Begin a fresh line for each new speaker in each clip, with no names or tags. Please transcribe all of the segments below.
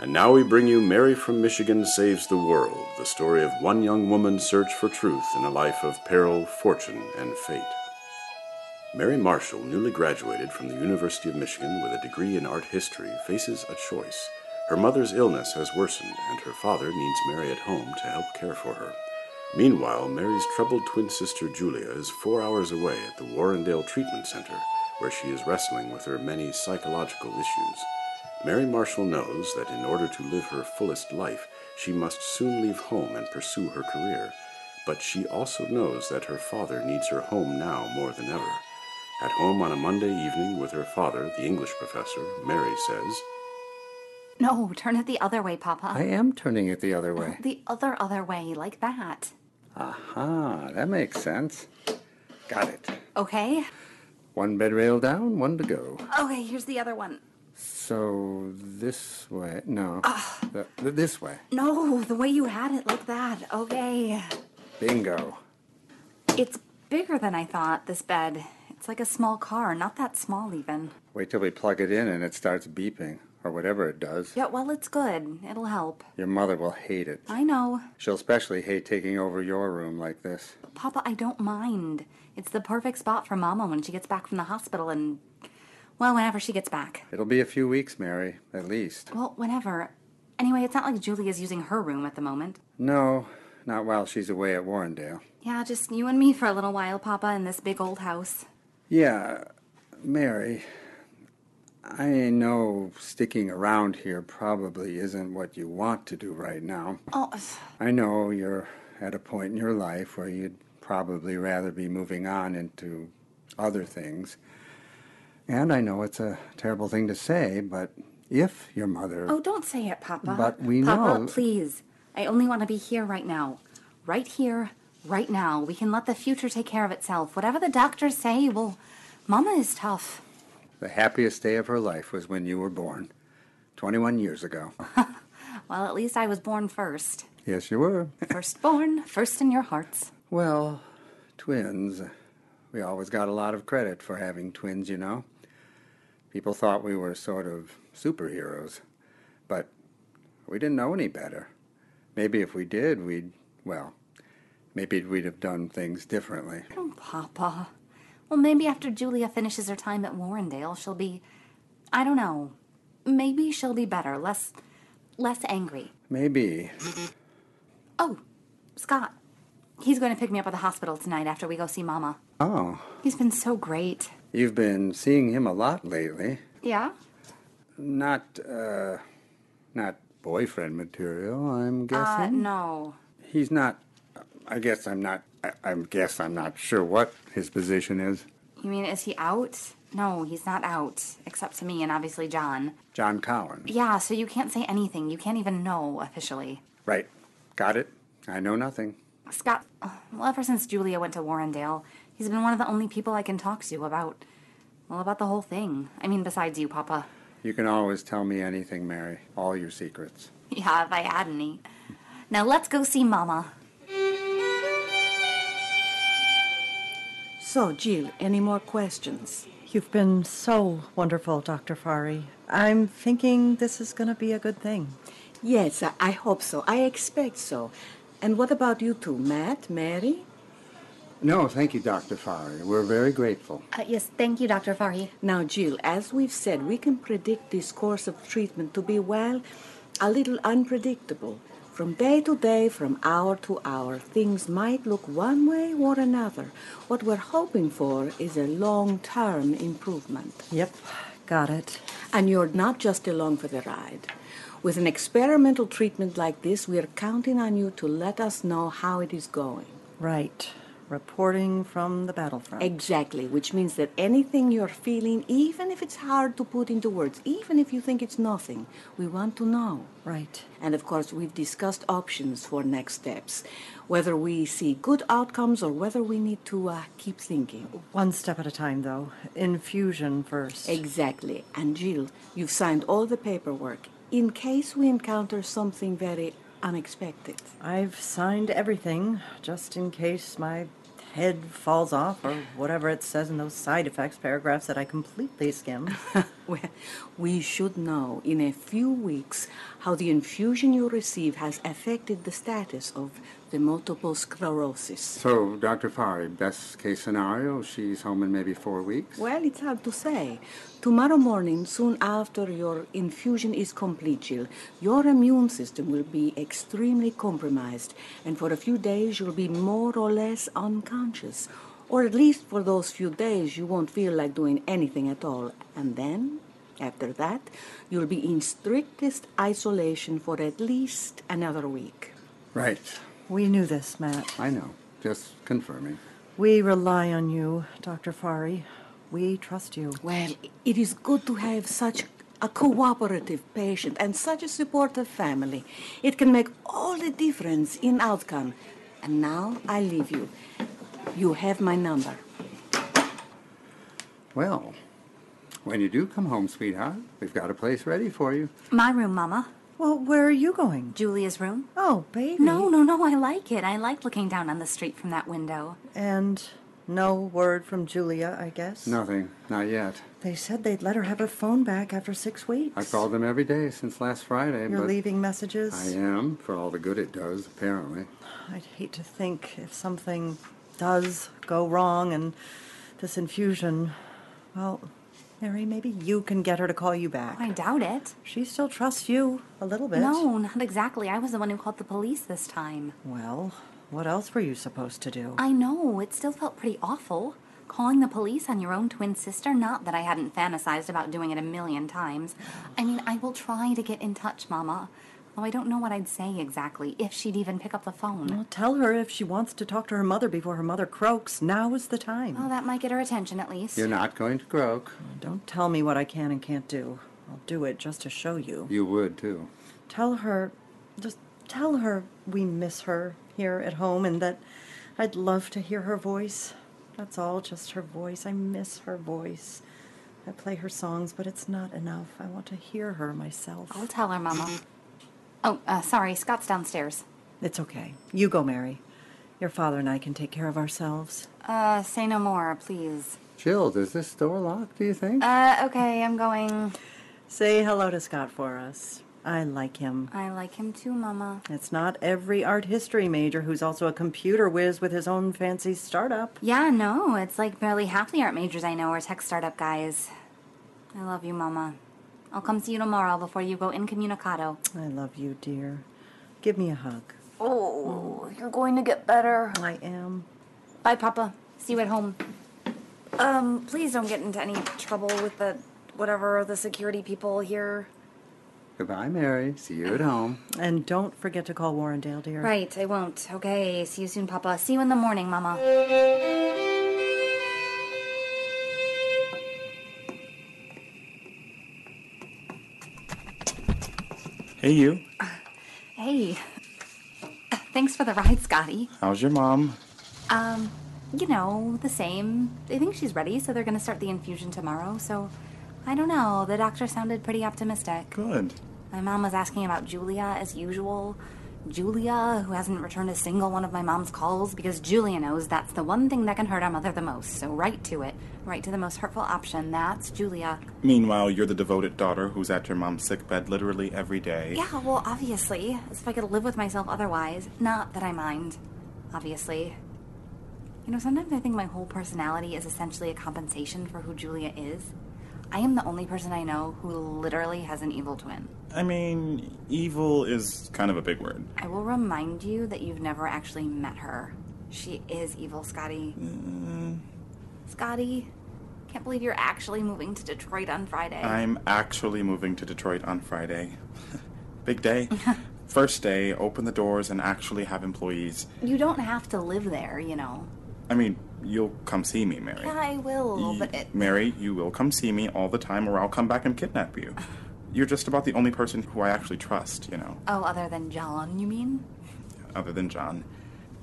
And now we bring you Mary from Michigan Saves the World, the story of one young woman's search for truth in a life of peril, fortune, and fate. Mary Marshall, newly graduated from the University of Michigan with a degree in art history, faces a choice. Her mother's illness has worsened, and her father needs Mary at home to help care for her. Meanwhile, Mary's troubled twin sister Julia is four hours away at the Warrendale Treatment Center, where she is wrestling with her many psychological issues. Mary Marshall knows that in order to live her fullest life, she must soon leave home and pursue her career. But she also knows that her father needs her home now more than ever. At home on a Monday evening with her father, the English professor, Mary says,
No, turn it the other way, Papa.
I am turning it the other way.
The other, other way, like that.
Aha, that makes sense. Got it.
Okay?
One bed rail down, one to go.
Okay, here's the other one.
So this way. No. Th- th- this way.
No, the way you had it, like that. Okay.
Bingo.
It's bigger than I thought, this bed. It's like a small car, not that small even.
Wait till we plug it in and it starts beeping, or whatever it does.
Yeah, well, it's good. It'll help.
Your mother will hate it.
I know.
She'll especially hate taking over your room like this.
Papa, I don't mind. It's the perfect spot for Mama when she gets back from the hospital and. Well, whenever she gets back.
It'll be a few weeks, Mary, at least.
Well, whenever. Anyway, it's not like Julia's using her room at the moment.
No, not while she's away at Warrendale.
Yeah, just you and me for a little while, Papa, in this big old house.
Yeah, Mary, I know sticking around here probably isn't what you want to do right now.
Oh,
I know you're at a point in your life where you'd probably rather be moving on into other things. And I know it's a terrible thing to say, but if your mother.
oh, don't say it, Papa.
But we
Papa,
know-
please. I only want to be here right now. Right here, right now. We can let the future take care of itself. Whatever the doctors say, well, Mama is tough.
The happiest day of her life was when you were born, 21 years ago.
Well, at least I was born first.
yes, you were.
Firstborn, first in your hearts.
Well, twins. We always got a lot of credit for having twins, you know. People thought we were sort of superheroes, but we didn't know any better. Maybe if we did, we'd, well, maybe we'd have done things differently.
Oh, Papa. Well, maybe after Julia finishes her time at Warrendale, she'll be. I don't know. Maybe she'll be better, less. less angry.
Maybe.
Oh, Scott. He's going to pick me up at the hospital tonight after we go see Mama.
Oh,
He's been so great.
you've been seeing him a lot lately.
Yeah?
Not, uh, not boyfriend material, I'm guessing.
Uh, no.
He's not. I guess I'm not. I, I guess I'm not sure what his position is.
You mean, is he out? No, he's not out, except to me and obviously John.
John Cowan.
Yeah, so you can't say anything. You can't even know officially.
Right. Got it. I know nothing.
Scott, well, ever since Julia went to Warrendale, he's been one of the only people I can talk to about, well, about the whole thing. I mean, besides you, Papa.
You can always tell me anything, Mary. All your secrets.
Yeah, if I had any. Now let's go see Mama.
So, Jill, any more questions?
You've been so wonderful, Dr. Fari. I'm thinking this is going to be a good thing.
Yes, I, I hope so. I expect so. And what about you two, Matt, Mary?
No, thank you, Dr. Fari. We're very grateful.
Uh, yes, thank you, Dr. Fari.
Now, Jill, as we've said, we can predict this course of treatment to be, well, a little unpredictable. From day to day, from hour to hour, things might look one way or another. What we're hoping for is a long term improvement.
Yep, got it.
And you're not just along for the ride. With an experimental treatment like this, we are counting on you to let us know how it is going.
Right. Reporting from the battlefront.
Exactly, which means that anything you're feeling, even if it's hard to put into words, even if you think it's nothing, we want to know.
Right.
And of course, we've discussed options for next steps, whether we see good outcomes or whether we need to uh, keep thinking.
One step at a time, though. Infusion first.
Exactly. And Jill, you've signed all the paperwork in case we encounter something very unexpected.
I've signed everything just in case my head falls off or whatever it says in those side effects paragraphs that I completely skimmed.
We- We should know in a few weeks how the infusion you receive has affected the status of the multiple sclerosis.
So, Dr. Fari, best case scenario, she's home in maybe four weeks.
Well, it's hard to say. Tomorrow morning, soon after your infusion is complete, Jill, your immune system will be extremely compromised, and for a few days you'll be more or less unconscious. Or at least for those few days, you won't feel like doing anything at all. And then, after that, you'll be in strictest isolation for at least another week.
Right.
we knew this, Matt.
I know. Just confirming.
We rely on you, Dr. Fari. We trust you.
Well, it is good to have such a cooperative patient and such a supportive family. It can make all the difference in outcome. And now I leave you. You have my number.
Well, when you do come home, sweetheart, we've got a place ready for you.
My room, Mama.
Well, where are you going?
Julia's room.
Oh, baby.
No, no, no, I like it. I like looking down on the street from that window.
And no word from Julia, I guess?
Nothing. Not yet.
They said they'd let her have her phone back after six weeks.
I called them every day since last Friday,
You're
but
leaving
I
messages?
am, for all the good it does, apparently.
I'd hate to think if something does go wrong and this infusion. Well, Mary, maybe you can get her to call you back.
I doubt it.
She still trusts you a little bit.
No, not exactly. I was the one who called the police this time.
Well, what else were you supposed to do?
I know, it still felt pretty awful. Calling the police on your own twin sister, not that I hadn't fantasized about doing it a million times. I mean, I will try to get in touch, Mama. Though I don't know what I'd say exactly, if she'd even pick up the phone.
Well, tell her if she wants to talk to her mother before her mother croaks, now is the time.
Oh, that might get her attention at least.
You're not going to croak.
Don't tell me what I can and can't do. I'll do it just to show you.
You would, too.
Tell her, just tell her we miss her here at home and that I'd love to hear her voice. That's all, just her voice. I miss her voice. I play her songs, but it's not enough. I want to hear her myself.
I'll tell her, Mama. Oh, uh, sorry, Scott's downstairs.
It's okay. You go, Mary. Your father and I can take care of ourselves.
Uh, say no more, please.
Jill, does this door lock, do you think?
Uh, okay, I'm going.
Say hello to Scott for us. I like him.
I like him too, Mama.
It's not every art history major who's also a computer whiz with his own fancy startup.
Yeah, no, it's like barely half the art majors I know are tech startup guys. I love you, Mama. I'll come see you tomorrow before you go incommunicado.
I love you, dear. Give me a hug.
Oh, you're going to get better.
I am.
Bye, Papa. See you at home. Um, please don't get into any trouble with the whatever the security people here.
Goodbye, Mary. See you at home.
And don't forget to call Warrendale, dear.
Right, I won't. Okay, see you soon, Papa. See you in the morning, Mama.
Hey, you.
Hey. Thanks for the ride, Scotty.
How's your mom?
You know, the same. They think she's ready, so they're gonna start the infusion tomorrow, so I don't know. The doctor sounded pretty optimistic.
Good.
My mom was asking about Julia as usual. Julia, who hasn't returned a single one of my mom's calls because Julia knows that's the one thing that can hurt our mother the most. So right to it. Right to the most hurtful option. That's Julia.
Meanwhile, you're the devoted daughter who's at your mom's sickbed literally every day.
Yeah, well, obviously. As if I could live with myself otherwise. Not that I mind. Obviously. You know, sometimes I think my whole personality is essentially a compensation for who Julia is. I am the only person I know who literally has an evil twin.
I mean, evil is kind of a big word.
I will remind you that you've never actually met her. She is evil, Scotty. Scotty, can't believe you're actually moving to Detroit on Friday.
I'm actually moving to Detroit on Friday. big day. First day, open the doors and actually have employees.
you don't have to live there, you know.
I mean, you'll come see me, Mary.
Yeah, I will, but
Y-
it,
Mary, you will come see me all the time or I'll come back and kidnap you. You're just about the only person who I actually trust, you know,
oh, other than John, you mean?
other than John.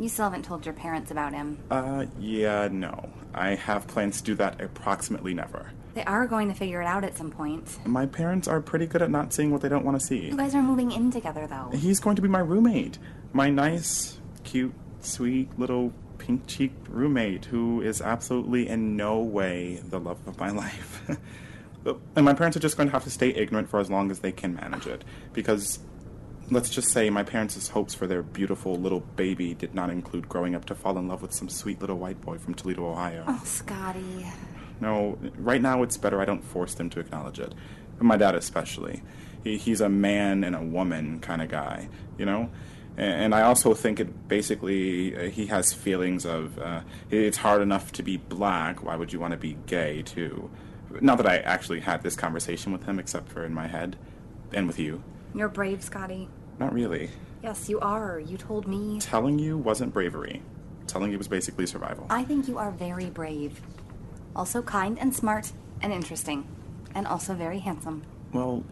You still haven't told your parents about him.
Uh, yeah, no. I have plans to do that approximately never.
They are going to figure it out at some point.
My parents are pretty good at not seeing what they don't want to see.
You guys are moving in together, though.
He's going to be my roommate. My nice, cute, sweet little pink cheeked roommate who is absolutely in no way the love of my life. and my parents are just going to have to stay ignorant for as long as they can manage it. Because let's just say my parents' hopes for their beautiful little baby did not include growing up to fall in love with some sweet little white boy from Toledo, Ohio.
Oh, Scotty.
No, right now it's better I don't force them to acknowledge it. My dad, especially. He, he's a man and a woman kind of guy, you know? And, and I also think it basically, uh, he has feelings of uh, it's hard enough to be black, why would you want to be gay, too? Not that I actually had this conversation with him, except for in my head and with you.
You're brave, Scotty.
Not really.
Yes, you are. You told me.
Telling you wasn't bravery, telling you was basically survival.
I think you are very brave. Also kind and smart and interesting. And also very handsome.
Well,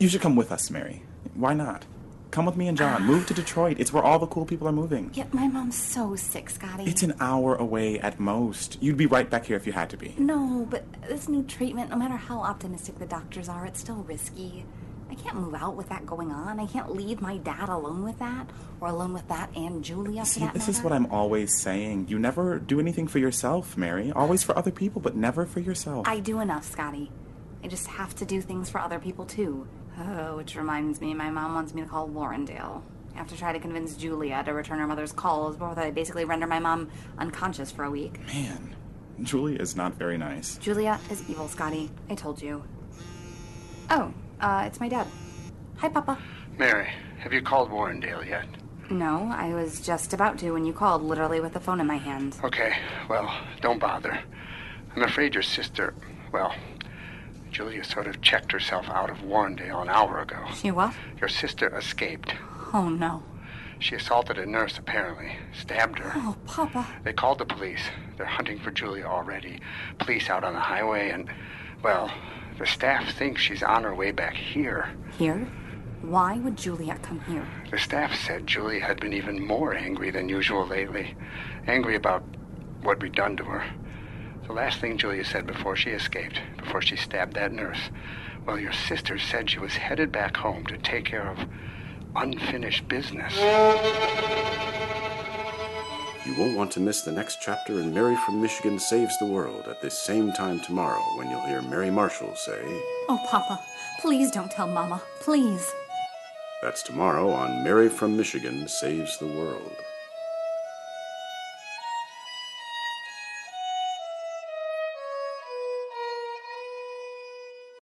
you should come with us, Mary. Why not? Come with me and John. Move to Detroit. It's where all the cool people are moving.
Yet my mom's so sick, Scotty.
It's an hour away at most. You'd be right back here if you had to be.
No, but this new treatment, no matter how optimistic the doctors are, it's still risky. I can't move out with that going on. I can't leave my dad alone with that, or alone with that and Julia.
See,
for that
this is
matter.
what I'm always saying. You never do anything for yourself, Mary. Always for other people, but never for yourself.
I do enough, Scotty. I just have to do things for other people too. Oh, which reminds me, my mom wants me to call Warrendale. I have to try to convince Julia to return her mother's calls before they basically render my mom unconscious for a week.
Man, Julie is not very nice.
Julia is evil, Scotty. I told you. Oh, uh, it's my dad. Hi, Papa.
Mary, have you called Warrendale yet?
No, I was just about to when you called, literally with the phone in my hand.
Okay, well, don't bother. I'm afraid your sister, well, Julia sort of checked herself out of Warrendale an hour ago.
She what?
Your sister escaped.
Oh, no.
She assaulted a nurse, apparently, stabbed her.
Oh, Papa.
They called the police. They're hunting for Julia already. Police out on the highway, and, well, the staff thinks she's on her way back here.
Here? Why would Julia come here?
The staff said Julia had been even more angry than usual lately. Angry about what we'd done to her. The last thing Julia said before she escaped, before she stabbed that nurse, well, your sister said she was headed back home to take care of unfinished business.
You won't want to miss the next chapter in Mary from Michigan Saves the World at this same time tomorrow when you'll hear Mary Marshall say,
Oh, Papa. Please don't tell Mama. Please.
That's tomorrow on Mary from Michigan Saves the World.